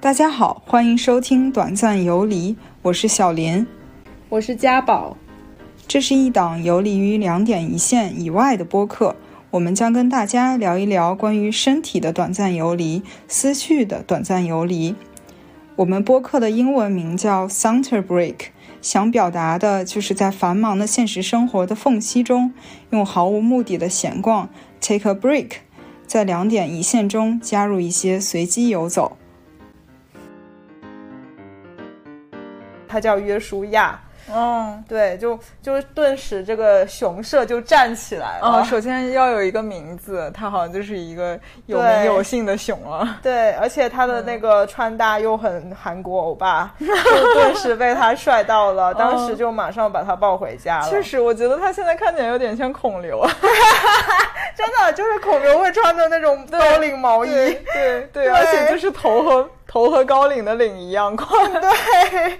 大家好，欢迎收听《短暂游离》，我是小林。我是家宝，这是一档游离于两点一线以外的播客，我们将跟大家聊一聊关于身体的短暂游离、思绪的短暂游离。我们播客的英文名叫 Center Break，想表达的就是在繁忙的现实生活的缝隙中，用毫无目的的闲逛 take a break，在两点一线中加入一些随机游走。他叫约书亚。嗯，对，就就顿时这个熊社就站起来了。哦，首先要有一个名字，它好像就是一个有名对有姓的熊啊。对，而且他的那嗯个穿搭又很韩国欧 巴，就顿时被他帅到了，当时就马上把他抱回家了。嗯确实，我觉得它现在看起来有点像孔刘啊。 真的就是孔刘会穿的那种高领毛衣，对对，对而且就是头和头和高领的领一样宽。 对，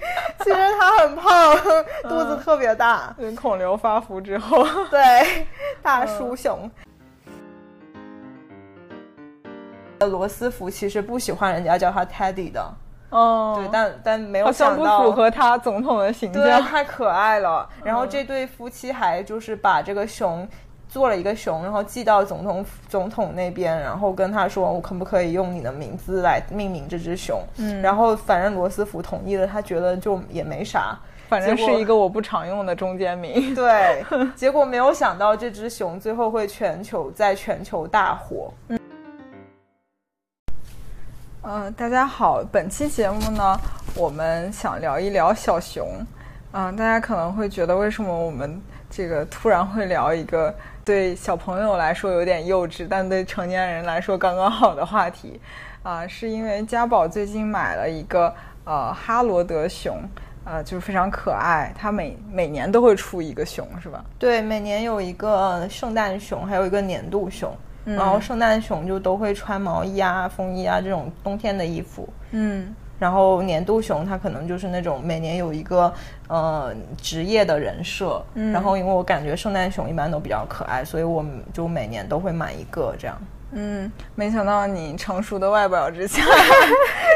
其实他很胖，肚子特别大，嗯对孔刘发福之后，嗯对，大叔熊。罗斯福其实不喜欢人家叫他 Teddy 的，嗯，对，但但没有好像想不到符合嗯他总统的形对，象。太可爱了。然后这对夫妻还就是把这个熊做了一个熊，然后寄到总统府总统那边，然后跟他说，我可不可以用你的名字来命名这只熊？嗯，然后反正罗斯福同意了，他觉得就也没啥。反正结是果一个我不常用的中间名。对，结果没有想到这只熊最后会全球在全球大火。嗯、大家好，本期节目呢，我们想聊一聊小熊。嗯、大家可能会觉得为什么我们这个突然会聊一个对小朋友来说有点幼稚，但对成年人来说刚刚好的话题？啊、是因为家宝最近买了一个呃哈罗德熊，呃，就是非常可爱，它每每年都会出一个熊，是吧？对，每年有一个呃圣诞熊，还有一个年度熊。嗯然后圣诞熊就都会穿毛衣啊、风衣啊这种冬天的衣服。嗯然后年度熊它可能就是那种每年有一个呃职业的人设，嗯然后因为我感觉圣诞熊一般都比较可爱，所以我们就每年都会买一个这样。嗯，没想到你成熟的外表 之下，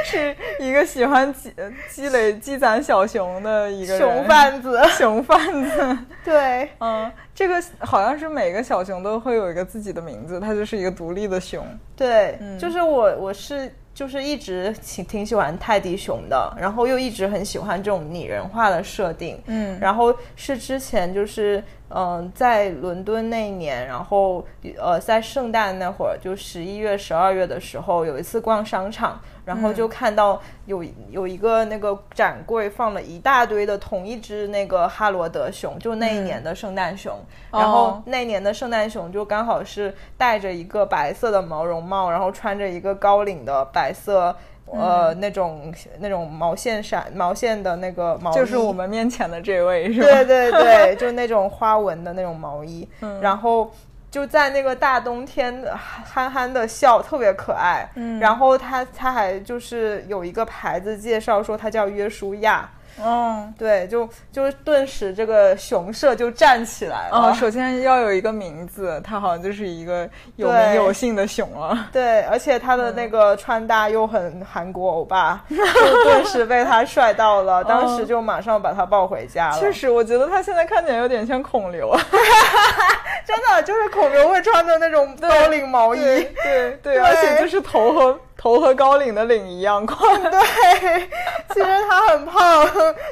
是一个喜欢积积累积攒小熊的一个人熊贩子， 熊贩子。 对嗯，这个好像是每个小熊都会有一个自己的名字，它就是一个独立的熊。对，嗯就是我我是就是一直挺挺喜欢泰迪熊的，然后又一直很喜欢这种拟人化的设定，嗯然后是之前就是嗯、呃在伦敦那一年，然后呃在圣诞那会儿，就十一月、十二月的时候，有一次逛商场，然后嗯就看到有、有一个那个展柜放了一大堆的同一只那个哈罗德熊，就那一年的圣诞熊，然后嗯哦那年的圣诞熊就刚好是戴着一个白色的毛绒帽，然后穿着一个高领的白色。呃，嗯那种那种毛线衫、毛线的那个毛衣，就是我们面前的这位是吧？对对对，就那种花纹的那种毛衣，嗯然后就在那个大冬天憨憨的笑，特别可爱。嗯，然后他他还就是有一个牌子介绍说他叫约书亚，嗯。对，就就顿时这个熊社就站起来了。哦，首先要有一个名字，它好像就是一个有名对有姓的熊啊。对，而且他的那个穿搭又很韩国欧 巴，就顿时被他帅到了，当时就马上把他抱回家了。哦确实，我觉得它现在看起来有点像孔刘啊。真的就是孔刘会穿的那种高领毛衣，对对，而且就是头和头和高领的领一样宽。 对，其实他很胖，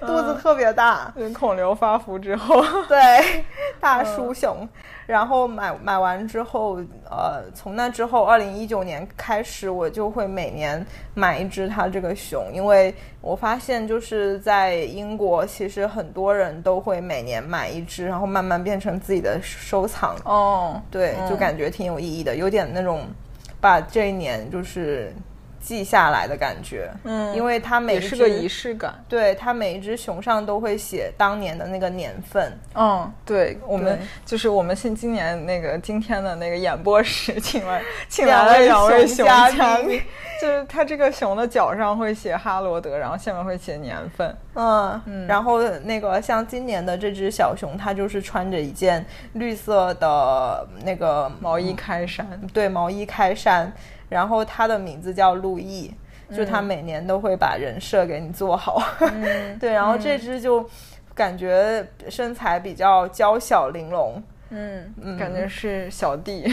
肚子特别大，对，孔刘发福之后，对，大叔熊。嗯然后买买完之后，呃，从那之后，二零一九年开始，我就会每年买一只它这个熊，因为我发现就是在英国，其实很多人都会每年买一只，然后慢慢变成自己的收藏。哦，对，就感觉挺有意义的，有点那种把这一年就是记下来的感觉。嗯因为它每也一是个只仪式感。对，它每一只熊上都会写当年的那个年份。嗯，对，我们对就是我们现今年那个今天的那个演播室，请 来请两来了位两位熊熊嘉嘉宾宾，就是它这个熊的脚上会写哈罗德，然后下面会写年份。嗯，然后那个像今年的这只小熊，它就是穿着一件绿色的那个嗯嗯毛衣开衫，对毛衣开衫，然后它的名字叫路易。就嗯他每年都会把人设给你做好。 对，然后嗯这只就感觉身材比较娇小玲珑，嗯嗯，感觉是小弟，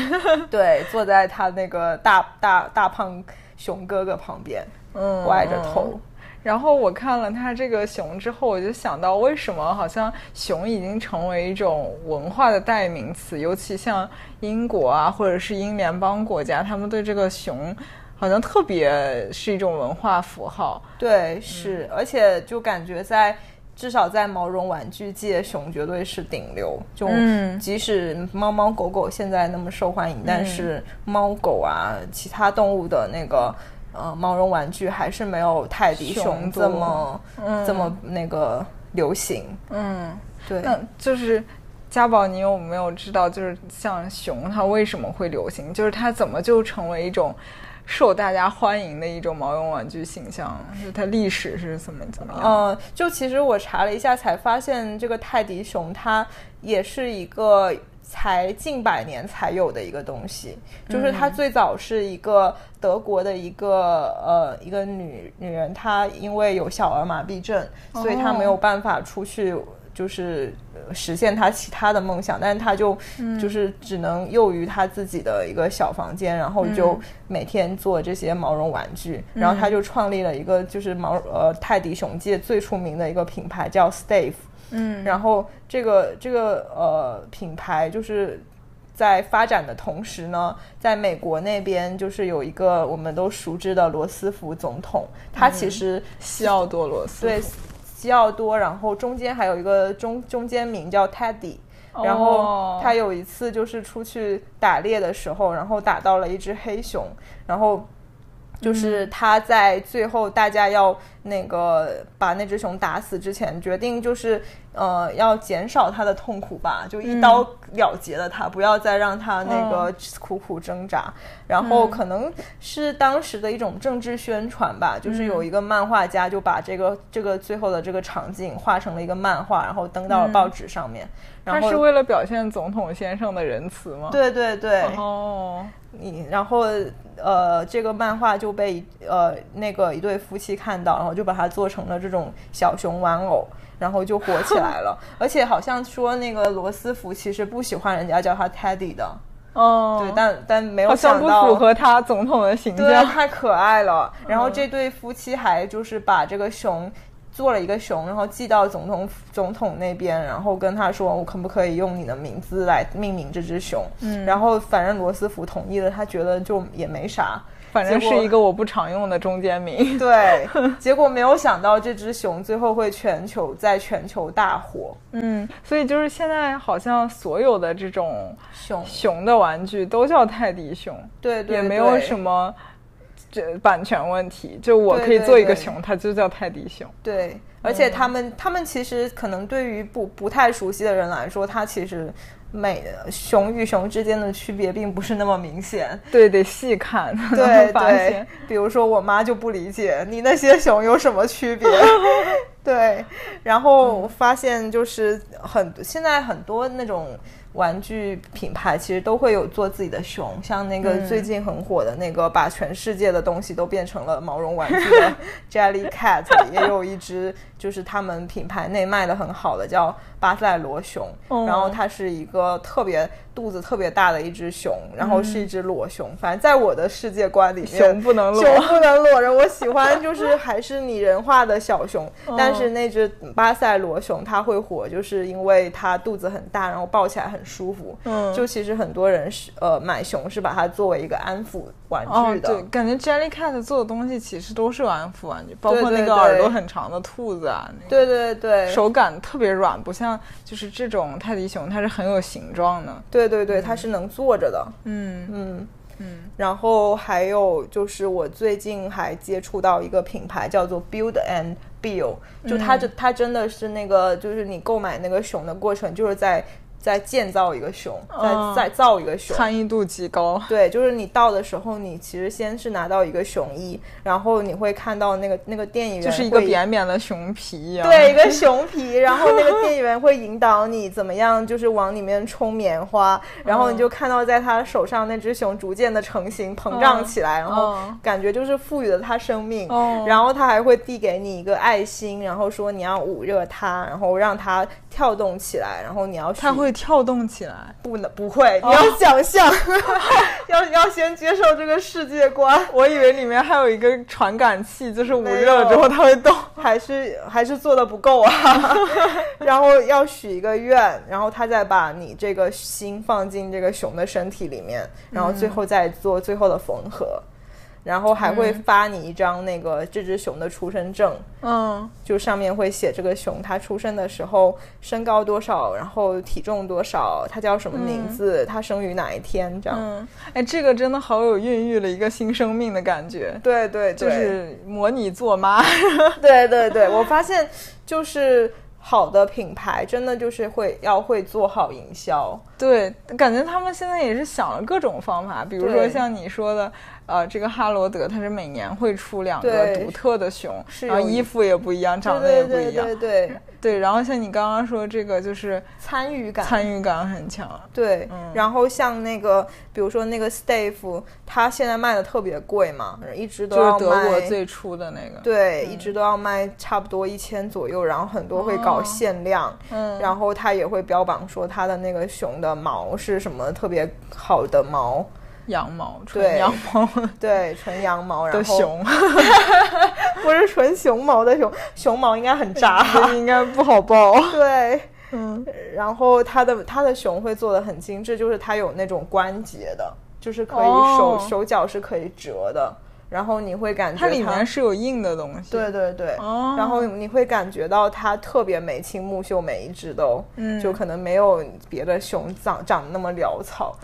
对，坐在他那个大大大胖熊哥哥旁边，嗯，歪着头。然后我看了他这个熊之后，我就想到为什么好像熊已经成为一种文化的代名词，尤其像英国啊，或者是英联邦国家，他们对这个熊好像特别是一种文化符号。对，嗯是，而且就感觉在至少在毛绒玩具界，熊绝对是顶流。就嗯即使猫猫狗狗现在那么受欢迎，但是嗯猫狗啊，其他动物的那个。呃，毛绒玩具还是没有泰迪熊熊多这么、这么那个流行。嗯，对，那就是家宝，你有没有知道，就是像熊它为什么会流行？就是它怎么就成为一种受大家欢迎的一种毛绒玩具形象？就是它历史是怎么怎么样？嗯，就其实我查了一下，才发现这个泰迪熊它也是一个才近百年才有的一个东西，就是它最早是一个德国的一个呃一个女女人，她因为有小儿麻痹症，所以她没有办法出去。就是呃实现她其他的梦想，但是她就、嗯就是只能囿于她自己的一个小房间，然后就嗯每天做这些毛绒玩具，然后她就创立了一个就是毛呃泰迪熊界最出名的一个品牌叫 Stave，嗯然后这个这个呃品牌就是在发展的同时呢，在美国那边就是有一个我们都熟知的罗斯福总统，他其实嗯西奥多罗斯对西奥多，然后中间还有一个中中间名叫 Teddy。然哦后他有一次就是出去打猎的时候，然后打到了一只黑熊，然后嗯就是他在最后大家要那个把那只熊打死之前，决定就是呃要减少它的痛苦吧，就一嗯刀了结了它，不要再让它那哦个苦苦挣扎。然后嗯可能是当时的一种政治宣传吧，就嗯是有一个漫画家就把这个这个最后的这个场景画成了一个漫画，然后登到了报纸上面。然嗯他后是为了表现总统先生的仁慈吗？，哦对对对，哦，你然后呃，这个漫画就被呃那个一对夫妻看到，然后就把它做成了这种小熊玩偶，然后就火起来 了。而且好像说那个罗斯福其实不喜欢人家叫他 Teddy 的，哦，对，但但没有好像想不到符合他总统的形对，象。太可爱了。然嗯后这对夫妻还就是把这个熊做了一个熊，然后寄到总统总统那边，然后跟他说，我可不可以用你的名字来命名这只熊？嗯，然后反正罗斯福同意了，他觉得就也没啥。反正结果是一个我不常用的中间名。 对，结果没有想到这只熊最后会全球在全球大火。嗯，所以就是现在好像所有的这种熊，熊的玩具都叫泰迪熊，对对，也没有对什么这版权问题。就我对可以对做一个对熊，它就叫泰迪熊。对，嗯而且他们、他们其实可能对于不不太熟悉的人来说，它其实美熊与熊之间的区别并不是那么明显。对，得细看 才对能发对现。，比如说我妈就不理解你那些熊有什么区别。 对，然后嗯我发现就是很现在很多那种玩具品牌其实都会有做自己的熊，像那嗯个最近很火的那个把全世界的东西都变成了毛绒玩具 的 Jelly Cat，也有一只就是他们品牌内卖的很好的叫巴塞罗熊，哦然后它是一个特别肚子特别大的一只熊，然后是一只裸熊，反正在我的世界观里面，嗯熊不能裸熊不能裸着。我喜欢 就是还是拟人化的小熊，哦但是那只巴塞罗熊它会火，就是因为它肚子很大，然后抱起来很舒服。嗯就其实很多人是呃买熊是把它作为一个安抚玩哦具，的。对，感觉 Jellycat 做的东西其实都是玩具玩具，包对括对那个耳朵对很长的兔子啊，那个对对对手感特别软，不像就是这种泰迪熊，它是很有形状的。对对对，它是能坐着的。嗯嗯，然后还有就是我最近还接触到一个品牌叫做 Build and 嗯 Build，就它这、它真的是那个就是你购买那个熊的过程就是在。再建造一个熊，哦再再造一个熊。参与度极高。对，就是你到的时候，你其实先是拿到一个熊衣，然后你会看到那个那个店员就是一个会扁扁的熊皮呀、对，一个熊皮，然后那个店员会引导你怎么样，就是往里面冲棉花，然后嗯你就看到在他手上那只熊逐渐的成型、膨胀起来，然后嗯感觉就是赋予了它生命。哦然后他还会递给你一个爱心，然后说你要捂热它，然后让它跳动起来，然后你要它去会哦跳动起来。不能不会，你要想象， 要要先接受这个世界观。我以为里面还有一个传感器，就是捂没热了之有后它会动。还是还是做的不够啊， 然后要许一个愿，然后他再把你这个心放进这个熊的身体里面，然后最后再做最后的缝合，然后还会发你一张那个这只熊的出生证，嗯，就上面会写这个熊它出生的时候身高多少，然后体重多少，它叫什么名字，它生于哪一天，这样。嗯，哎，这个真的好有孕育了一个新生命的感觉，对对对，就是模拟做妈。对对对，我发现就是好的品牌真的就是会要会做好营销，对，感觉他们现在也是想了各种方法，比如说对像你说的，呃，这个哈罗德它是每年会出两个对独特的熊，是然后有一衣服也不一样，长得也对不对一样。对对对，对，然后像你刚刚说这个，就是参与感。参与嗯感很强。对，然后像那个，比如说那个 Stave，它现在卖的特别贵嘛，一直都就要是德国卖，最嗯初的那个，对，一直都要卖差不多一千左右，然后很多会搞限量，哦嗯然后它也会标榜说它的那个熊的毛是什么特别好的毛，羊毛，对纯羊毛对，纯羊毛，然的后熊， 不是纯熊毛的熊，熊毛应该很渣。嗯应该不好抱。 对，嗯，然后它的它的熊会做的很精致，就是它有那种关节的，就是可以手、哦手脚是可以折的，然后你会感觉它里面是有硬的东西。对对对，哦然后你会感觉到它特别眉清目秀，每一只都，嗯就可能没有别的熊长长得那么潦 草。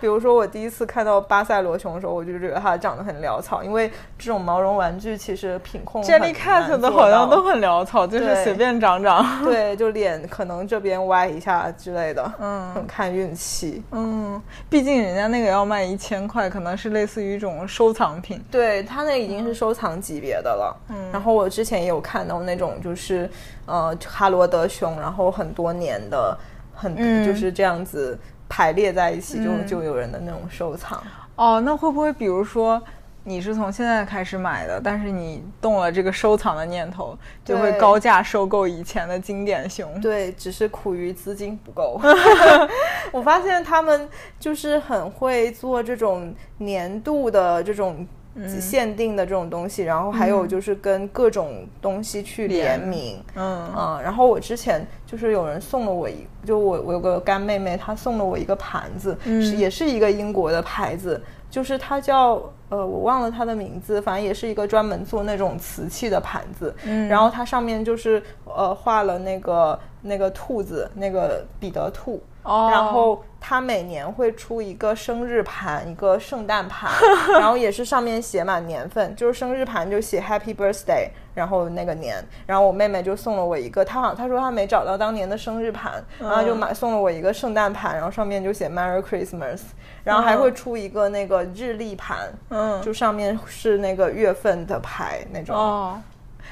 比如说我第一次看到巴塞罗熊的时候，我就觉得它长得很潦草，因为这种毛绒玩具其实品控，Jelly 很 Cat 难的做好像到都很潦草，就是对随便长长。 对，就脸可能这边歪一下之类的，嗯很看运气。嗯，毕竟人家那个要卖一千块，可能是类似于一种收藏品。对他那已经是收藏级别的了。嗯，然后我之前也有看到那种就是呃哈罗德熊，然后很多年的很、嗯就是这样子排列在一起，就就有人的那种收藏。哦，那会不会比如说？你是从现在开始买的，但是你动了这个收藏的念头，就会对高价收购以前的经典熊。对，只是苦于资金不 够。我发现他们就是很会做这种年度的这种限定的这种东西，然后还有就是跟各种东西去嗯联名。嗯嗯，然后我之前就是有人送了我一，就我我有个干妹妹，她送了我一个盘子，是也是一个英国的牌子，就是它叫呃我忘了它的名字，反正也是一个专门做那种瓷器的盘子，嗯，然后它上面就是呃画了那个那个兔子，那个彼得兔。哦然后它每年会出一个生日盘，一个圣 诞盘，然后也是上面写满年份，就是生日盘就写 Happy Birthday，然后那个年，然后我妹妹就送了我一个，她好像她说她没找到当年的生日盘，嗯然后就买送了我一个圣诞盘，然后上面就写 Merry Christmas，然后还会出一个那个日历盘，嗯就上面是那个月份的牌那种，哦，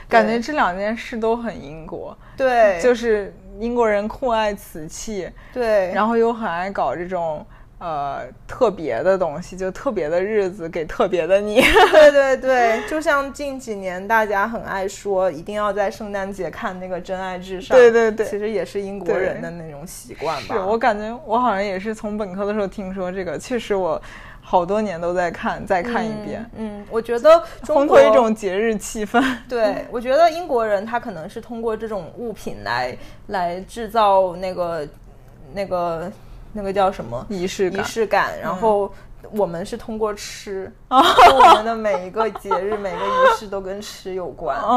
感对觉这两件事都很英国，对，就是英国人酷爱瓷器，对，然后又很爱搞这种呃特别的东西，就特别的日子给特别的你。 对对对，就像近几年大家很爱说，一定要在圣诞节看那个《真爱至上》。对对对其实也是英国人的那种习惯吧。是 我感觉我好像也是从本科的时候听说这个，确实我好多年都在看，再看一遍，嗯，我觉得中烘国托一种节日气氛。对，我觉得英国人他可能是通过这种物品来来制造那个那个那个叫什么仪式感嗯仪式感，然后。我们是通过吃，哦就我们的每一个节日、 每个仪式都跟吃有关。嗯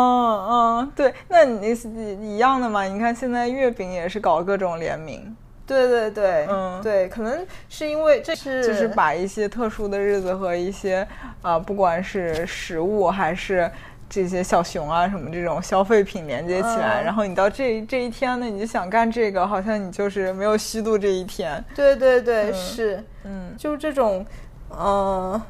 嗯，对，那你你一样的嘛？你看现在月饼也是搞各种联名，对对对，嗯对，可能是因为这是就是把一些特殊的日子和一些啊、呃不管是食物还是这些小熊啊什么这种消费品连接起来，嗯然后你到这这一天呢，你就想干这个，好像你就是没有虚度这一天。对对对，是，嗯，就这种，呃，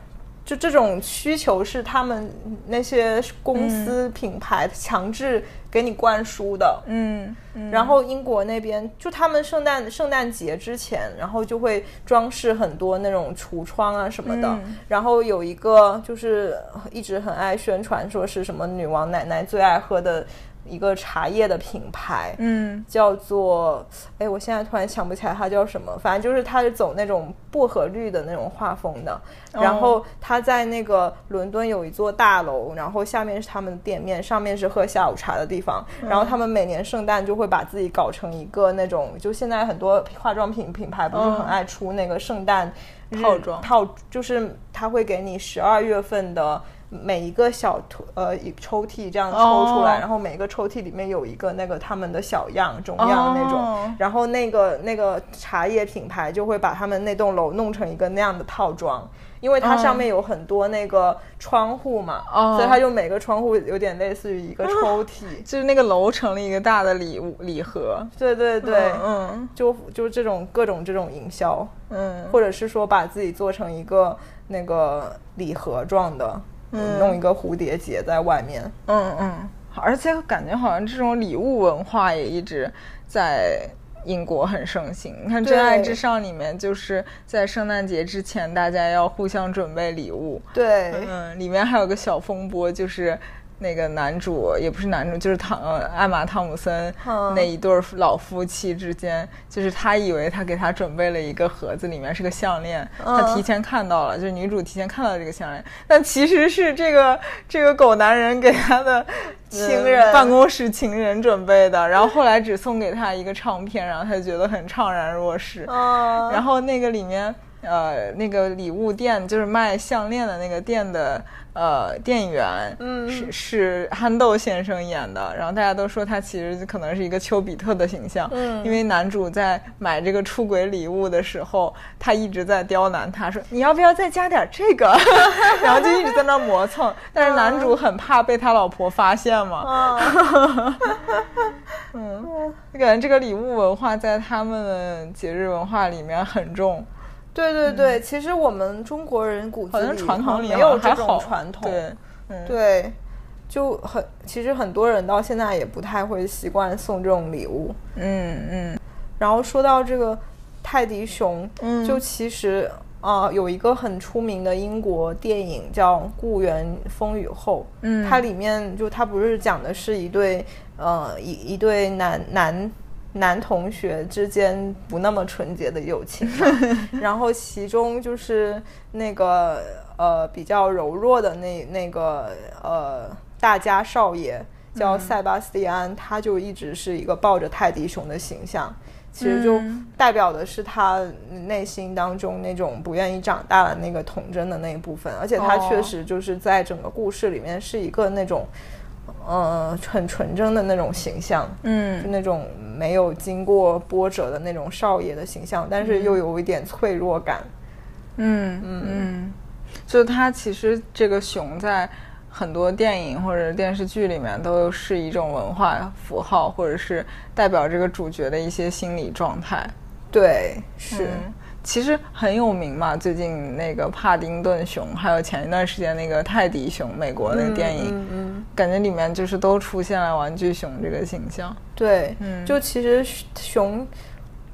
就这种需求是他们那些公司品牌强制给你灌输的。嗯嗯然后英国那边就他们圣诞圣诞节之前，然后就会装饰很多那种橱窗啊什么的。嗯然后有一个就是一直很爱宣传说是什么女王奶奶最爱喝的一个茶叶的品牌，嗯叫做，哎，我现在突然想不起来它叫什么，反正就是它是走那种薄荷绿的那种画风的。然后它在那个伦敦有一座大楼，然后下面是他们的店面，上面是喝下午茶的地方。然后他们每年圣诞就会把自己搞成一个那种，就现在很多化妆品品牌不是嗯很爱出那个圣诞套装套，就是它会给你十二月份的。每一个小图呃一抽屉这样抽出哦来然后每个抽屉里面有一个那个他们的小样种样那种哦然后那个那个茶叶品牌就会把他们那栋楼弄成一个那样的套装，因为它哦上面有很多那个窗户嘛哦啊所以它就每个窗户有点类似于一个抽屉。就是那个楼成了一个大的礼物礼盒。对对对，嗯就就这种各种这种营销，嗯或者是说把自己做成一个那个礼盒状的，嗯弄一个蝴蝶结在外面。嗯嗯，而且感觉好像这种礼物文化也一直在。英国很盛行，你看《对真爱至上》里面就是在圣诞节之前，大家要互相准备礼物，对，嗯，里面还有个小风波，就是那个男主也不是男主，就是汤呃艾玛汤姆森嗯那一对儿老夫妻之间，就是他以为他给他准备了一个盒子，里面是个项链，他嗯提前看到了，就是女主提前看到这个项链，但其实是这个这个狗男人给他的。情人嗯办公室情人准备的，然后后来只送给他一个唱片，然后他就觉得很怅然若失。嗯，然后那个里面，呃，那个礼物店就是卖项链的那个店的，呃，店员，嗯是是憨豆先生演的。然后大家都说他其实可能是一个丘比特的形象，嗯因为男主在买这个出轨礼物的时候，他一直在刁难他说你要不要再加点这个， 然后就一直在那磨蹭。但是男主很怕被他老婆发现嘛，嗯就感觉这个礼物文化在他们的节日文化里面很重。对对对，其实我们中国人骨嗯好子像里传统里没有好像这还种好传统，对，嗯，对就很其实很多人到现在也不太会习惯送这种礼物。嗯嗯然后说到这个泰迪熊，嗯就其实啊、呃有一个很出名的英国电影叫《故园风雨后》，嗯它里面就它不是讲的是一对呃一一对男男。男同学之间不那么纯洁的友情嘛，然后其中就是那个呃比较柔弱的那那个呃大家少爷叫塞巴斯蒂安，他就一直是一个抱着泰迪熊的形象，其实就代表的是他内心当中那种不愿意长大的那个童真的那一部分，而且他哦确实就是在整个故事里面是一个那种。呃，很纯真的那种形象，就嗯那种没有经过波折的那种少爷的形象，但是又有一点脆弱感。嗯嗯，就它其实这个熊在很多电影或者电视剧里面都是一种文化符号，或者是代表这个主角的一些心理状态。对，是，嗯其实很有名嘛，最近那个帕丁顿熊，还有前一段时间那个泰迪熊，美国那个电影，嗯嗯感觉里面就是都出现了玩具熊这个形象。对，嗯就其实熊，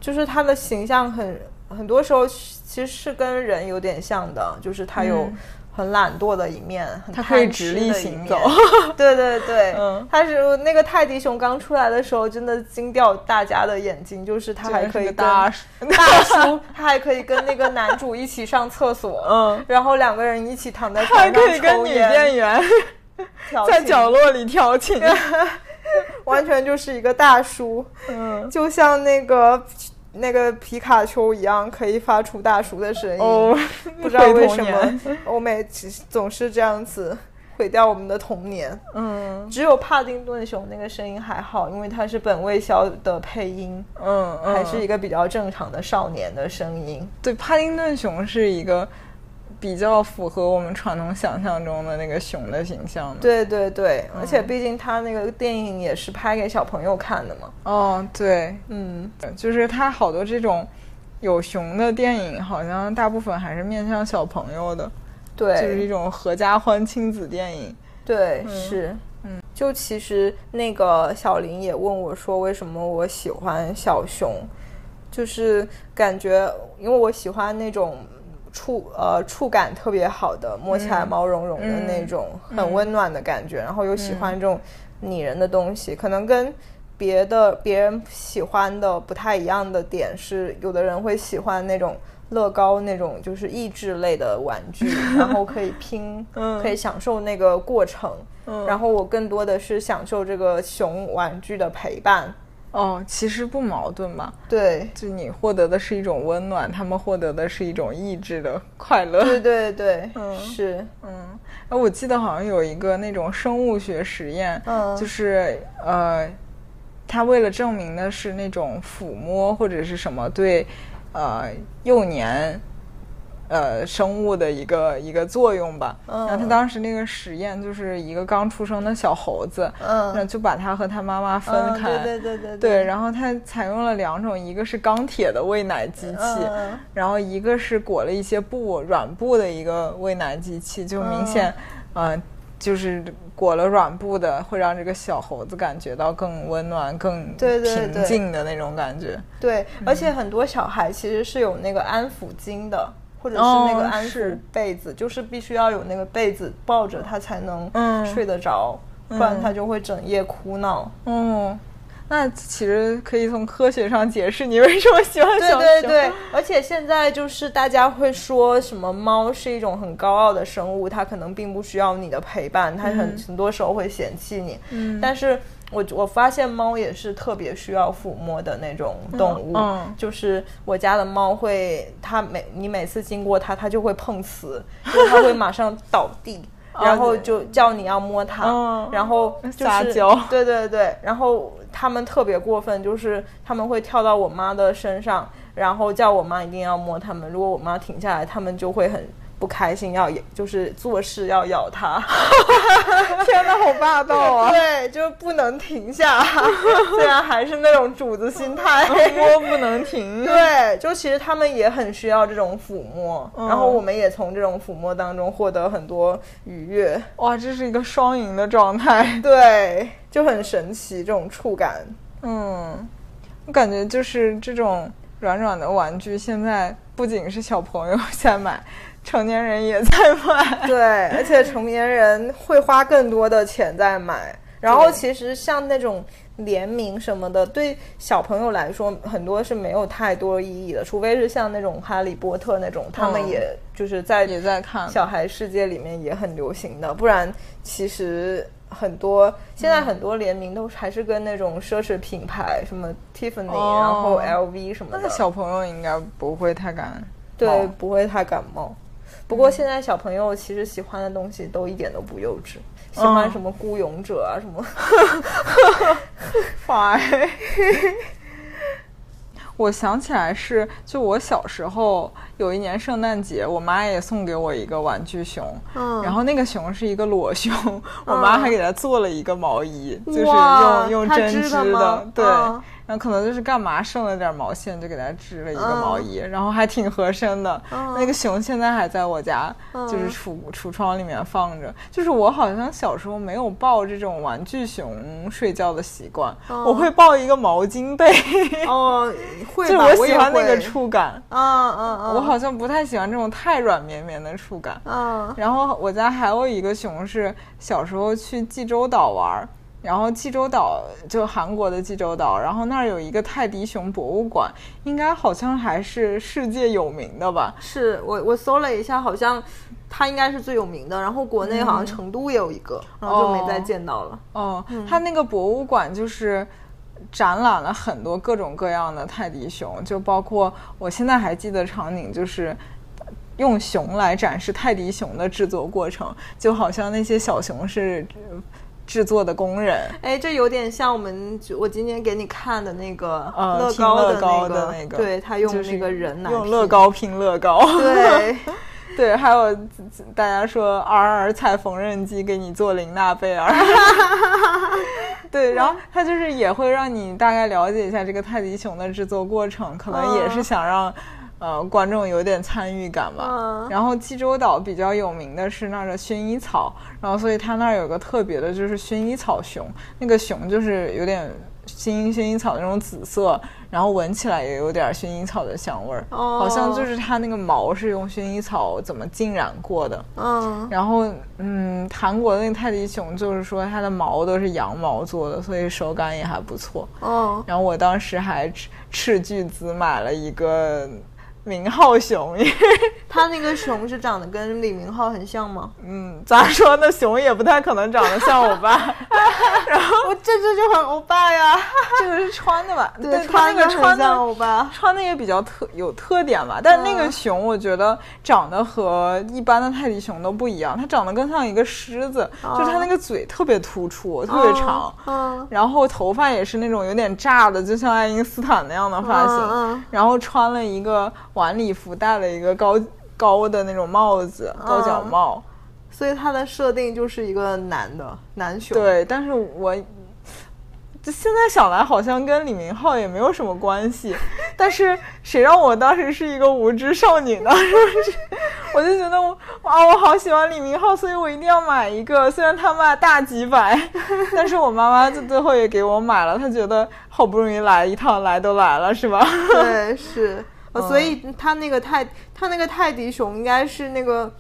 就是它的形象很很多时候其实是跟人有点像的，就是它有嗯很懒惰的一面，很它可以贪吃直立的一行面走。 对对对，嗯它是那个泰迪熊刚出来的时候，真的惊掉大家的眼睛，就是它还可以这个跟大叔大叔， 他还可以跟那个男主一起上厕所，嗯，然后两个人一起躺在还床上可以跟抽女烟店员调在情角落里调 情。完全就是一个大叔，嗯，就像那个那个皮卡丘一样，可以发出大叔的声音。 哦，不知道为回什童年么。欧美只总是这样子毁掉我们的童年。嗯只有帕丁顿熊那个声音还好，因为它是本卫肖的配音，嗯嗯，还是一个比较正常的少年的声音。对帕丁顿熊是一个比较符合我们传统想象中的那个熊的形象的。对对对，而且毕竟他那个电影也是拍给小朋友看的嘛。哦，对，呃嗯，就是它好多这种有熊的电影，好像大部分还是面向小朋友的，就是一对种合家欢亲子电影。对是，嗯，就其实那个小林也问我说，为什么我喜欢小熊，就是感觉因为我喜欢那种。触呃触感特别好的，摸起来毛茸茸的那种，很温暖的感觉，然后又喜欢这种拟人的东西，可能跟别的别人喜欢的不太一样的点是，有的人会喜欢那种乐高那种就是益智类的玩具，然后可以 拼，可以享受那个过程。嗯然后我更多的是享受这个熊玩具的陪伴。哦，其实不矛盾吧？对，就你获得的是一种温暖，他们获得的是一种意志的快乐。对对对，是，哎，我记得好像有一个那种生物学实验，嗯就是呃，他为了证明的是那种抚摸或者是什么对呃幼年呃生物的一个一个作用吧。嗯然后他当时那个实验就是一个刚出生的小猴子，嗯然后就把它和它妈妈分嗯，开。对对对对对，然后它采用了两种，一个是钢铁的喂奶机器，嗯然后一个是裹了一些布软布的一个喂奶机器，就明显，呃，就是裹了软布的会让这个小猴子感觉到更温暖、更对对平对静的那种感觉。对，嗯而且很多小孩其实是有那个安抚巾的，或者是那个哦安抚是被子，就是必须要有那个被子抱着他才能嗯睡得着，不然他就会整夜哭闹。嗯，那其实可以从科学上解释你为什么喜 欢对小熊。对对，而且现在就是大家会说什么猫是一种很高傲的生物，它可能并不需要你的陪伴，它嗯很、很多时候会嫌弃你。嗯，但是我我发现猫也是特别需要抚摸的那种动物，嗯嗯就是我家的猫会，它每你每次经过它，它就会碰瓷， 因为它会马上倒地。哦然后就叫你要摸它，嗯然后就是撒娇对对对，然后他们特别过分，就是他们会跳到我妈的身上，然后叫我妈一定要摸他们。如果我妈停下来，他们就会很不开心，要就是做事要咬它。 天哪，好霸道啊！ 对，就不能停下， 虽然还是那种主子 心态。哦摸不能停。 对，就其实他们也很需要这种抚摸，然嗯后我们也从这种抚摸当中获得很多愉悦。 哇，这是一个双赢的状态。对，就很神奇这种触感。 嗯，我感觉就是这种软软的玩具，现在不仅是小朋友在买，成年人也在买。对，而且成年人会花更多的钱在买。然后对其实像那种联名什么的，对小朋友来说很多是没有太多意义的，除非是像那种哈利波特那种，他们嗯也就是在也在看小孩世界里面也很流行的，不然其实。很多现在很多联名都还是跟那种奢侈品牌，什么 Tiffany，、哦然后 LV 什么那的，小朋友应该不会太敢。对不会太感冒。不过现在小朋友其实喜欢的东西都一点都不幼稚，喜欢嗯什么孤勇者啊什 么，坏。我想起来是，就我小时候有一年圣诞节，我妈也送给我一个玩具熊，嗯然后那个熊是一个裸熊，我妈还给它做了一个毛衣，就是哇用用她针织的织吗的，对，嗯然后可能就是干嘛剩了点毛线，就给它织了一个毛嗯衣，然后还挺合身的。那个熊现在还在我家，嗯就是橱橱窗里面放着。就是我好像小时候没有抱这种玩具熊睡觉的习惯，嗯我会抱一个毛巾被，哦，会就是吧？我喜也欢那个会，触感。啊啊啊，我好像不太喜欢这种太软绵绵的触感。啊然后我家还有一个熊是小时候去济州岛玩儿，然后济州岛就韩国的济州岛，然后那儿有一个泰迪熊博物馆，应该好像还是世界有名的吧？是我我搜了一下，好像它应该是最有名的，然后国内好像成都也有一个，然后就没再哦见到了。哦，嗯它那个博物馆就是。展览了很多各种各样的泰迪熊，就包括我现在还记得场景，就是用熊来展示泰迪熊的制作过程，就好像那些小熊是呃制作的工人，哎，这有点像我们我今天给你看的那个呃乐拼高乐的高那那个对他用就是那个人来用拼 乐高拼乐高，对， 对，还有大家说 R R 菜缝纫机给你做玲娜贝尔， 对，然后它就是也会让你大概了解一下这个泰迪熊的制作过程，可能也是想让。呃，观众有点参与感吧。嗯然后济州岛比较有名的是那儿的薰衣草，然后所以它那儿有个特别的，就是薰衣草熊。那个熊就是有点薰薰衣草那种紫色，然后闻起来也有点薰衣草的香味儿，哦好像就是它那个毛是用薰衣草怎么浸染过的。嗯，然后，嗯，韩国那个泰迪熊就是说它的毛都是羊毛做的，所以手感也还不错。哦，然后我当时还斥斥巨资买了一个明浩熊，因为他那个熊是长得跟李明浩很像吗？嗯，咋说呢，熊也不太可能长得像我爸， 我这这就很欧巴呀， 这个是穿的吧？对，它穿那个着穿很的像欧巴。穿的也比较特有特点吧，但那个嗯熊我觉得长得和一般的泰迪熊都不一样，它长得更像一个狮子，哦就是它那个嘴特别突出，特别长，嗯，然后头发也是那种有点炸的，就像爱因斯坦那样的发型，嗯嗯然后穿了一个晚礼服，戴了一个高高的那种帽子，嗯高脚帽。所以他的设定就是一个男的男熊。，对，但是我这现在想来好像跟李明浩也没有什么关系， 但是谁让我当时是一个无知少女呢？ 是不是？我就觉得我哇，我好喜欢李明浩，所以我一定要买一个。虽然他卖大几百， 但是我妈妈就最后也给我买了，她觉得好不容易来一趟，来都来了，是吧？ 对是，呃所以他那个泰他那个泰迪熊应该是那个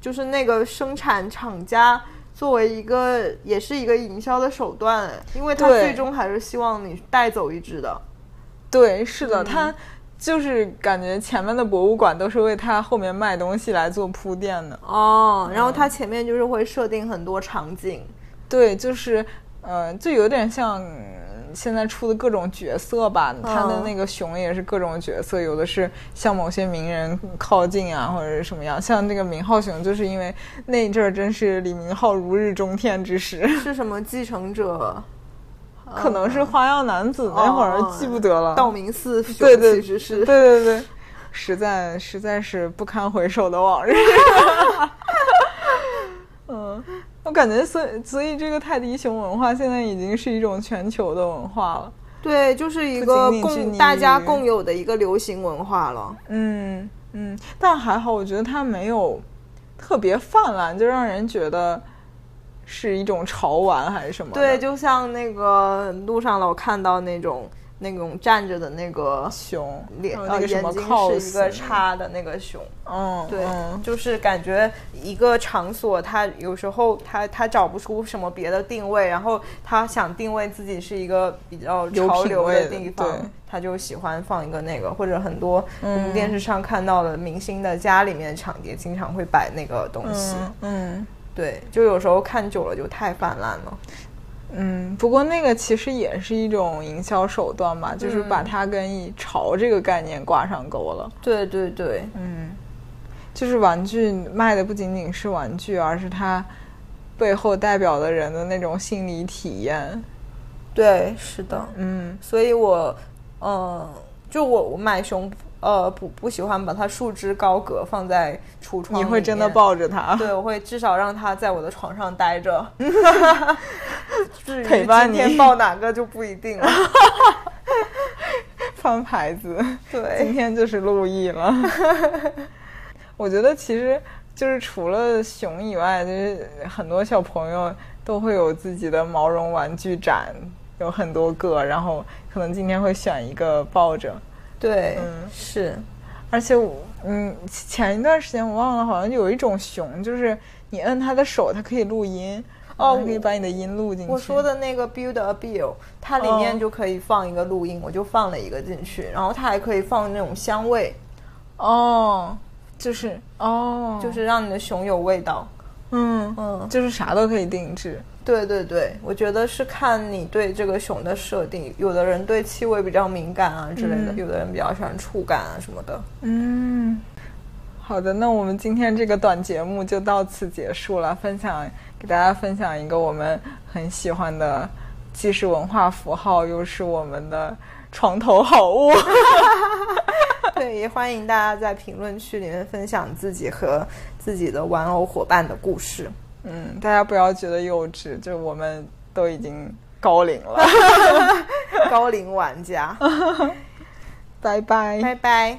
就是那个生产厂家。作为一个也是一个营销的手段，因为他对最终还是希望你带走一只的。 对，是的，他就是感觉前面的博物馆都是为他后面卖东西来做铺垫的。哦，然后它前面就是会设定很多场景，对，就是，呃，就有点像嗯现在出的各种角色吧。他的那个熊也是各种角色，有的是向某些名人靠近啊，或者是什么样。像这个明浩熊，就是因为那一阵儿真是李明浩如日中天之时， 是什么继承者、可能是花样男子那会儿哦记不得了。道明寺熊，对对其实是对对对，实在实在是不堪回首的 往日。嗯，我感觉所以所以这个泰迪熊文化现在已经是一种全球的文化了。对，就是一不个仅仅拘泥共于大家共有的一个流行文化了。嗯嗯，但还好，我觉得它没有特别泛滥，就让人觉得是一种潮玩还是什么的。对，就像那个路上老看到那种那种站着的那个熊脸，还有呃，那个什眼么睛 cos 是一个，叉的那个熊。嗯，对，嗯就是感觉一个场所，它有时候它它找不出什么别的定位，然后它想定位自己是一个比较有潮品流位的的地对方，它就喜欢放一个那个，或者很多我嗯们电视上看到的明星的家里面场也经常会摆那个东西。嗯嗯。对，就有时候看久了就太泛滥了。嗯，不过那个其实也是一种营销手段吧，就是把它跟以潮这个概念挂上钩了。对对对，就是玩具卖的不仅仅是玩具，而是它背后代表的人的那种心理体验。对，是的。嗯所以我，嗯，就我我买熊，呃，不不喜欢把它树枝高阁放在橱窗，你会真的？抱着它，对，我会至少让它在我的床上待着。至于陪伴今天你抱哪个就不一定了。翻牌子。今 对，天就是陆毅了。 我觉得其实就是除了熊以外，就是很多小朋友都会有自己的毛绒玩具展，有很多个，然后可能今天会选一个抱着。对，嗯是，而且我，嗯，前一段时间我忘了，好像有一种熊，就是你摁它的手，它可以录音，哦它可以把你的音录进去。我说的那个 Build a Bill，它里面哦就可以放一个录音，我就放了一个进去，然后它还可以放那种香味，哦，就是哦，就是让你的熊有味道。嗯嗯就是啥都可以定制。对对对，我觉得是看你对这个熊的设定，有的人对气味比较敏感啊之类的，嗯有的人比较喜欢触感啊什么 的。嗯，好的，那我们今天这个短节目就到此结束了，分享给大家分享一个我们很喜欢的，既 是文化符号，又是我们的床头好物。对，也欢迎大家在评论区里面分享自己和自己的玩偶伙伴的故事。 嗯，大家不要觉得幼稚，就我们都已经高龄了。嗯高龄玩家，拜拜。拜拜。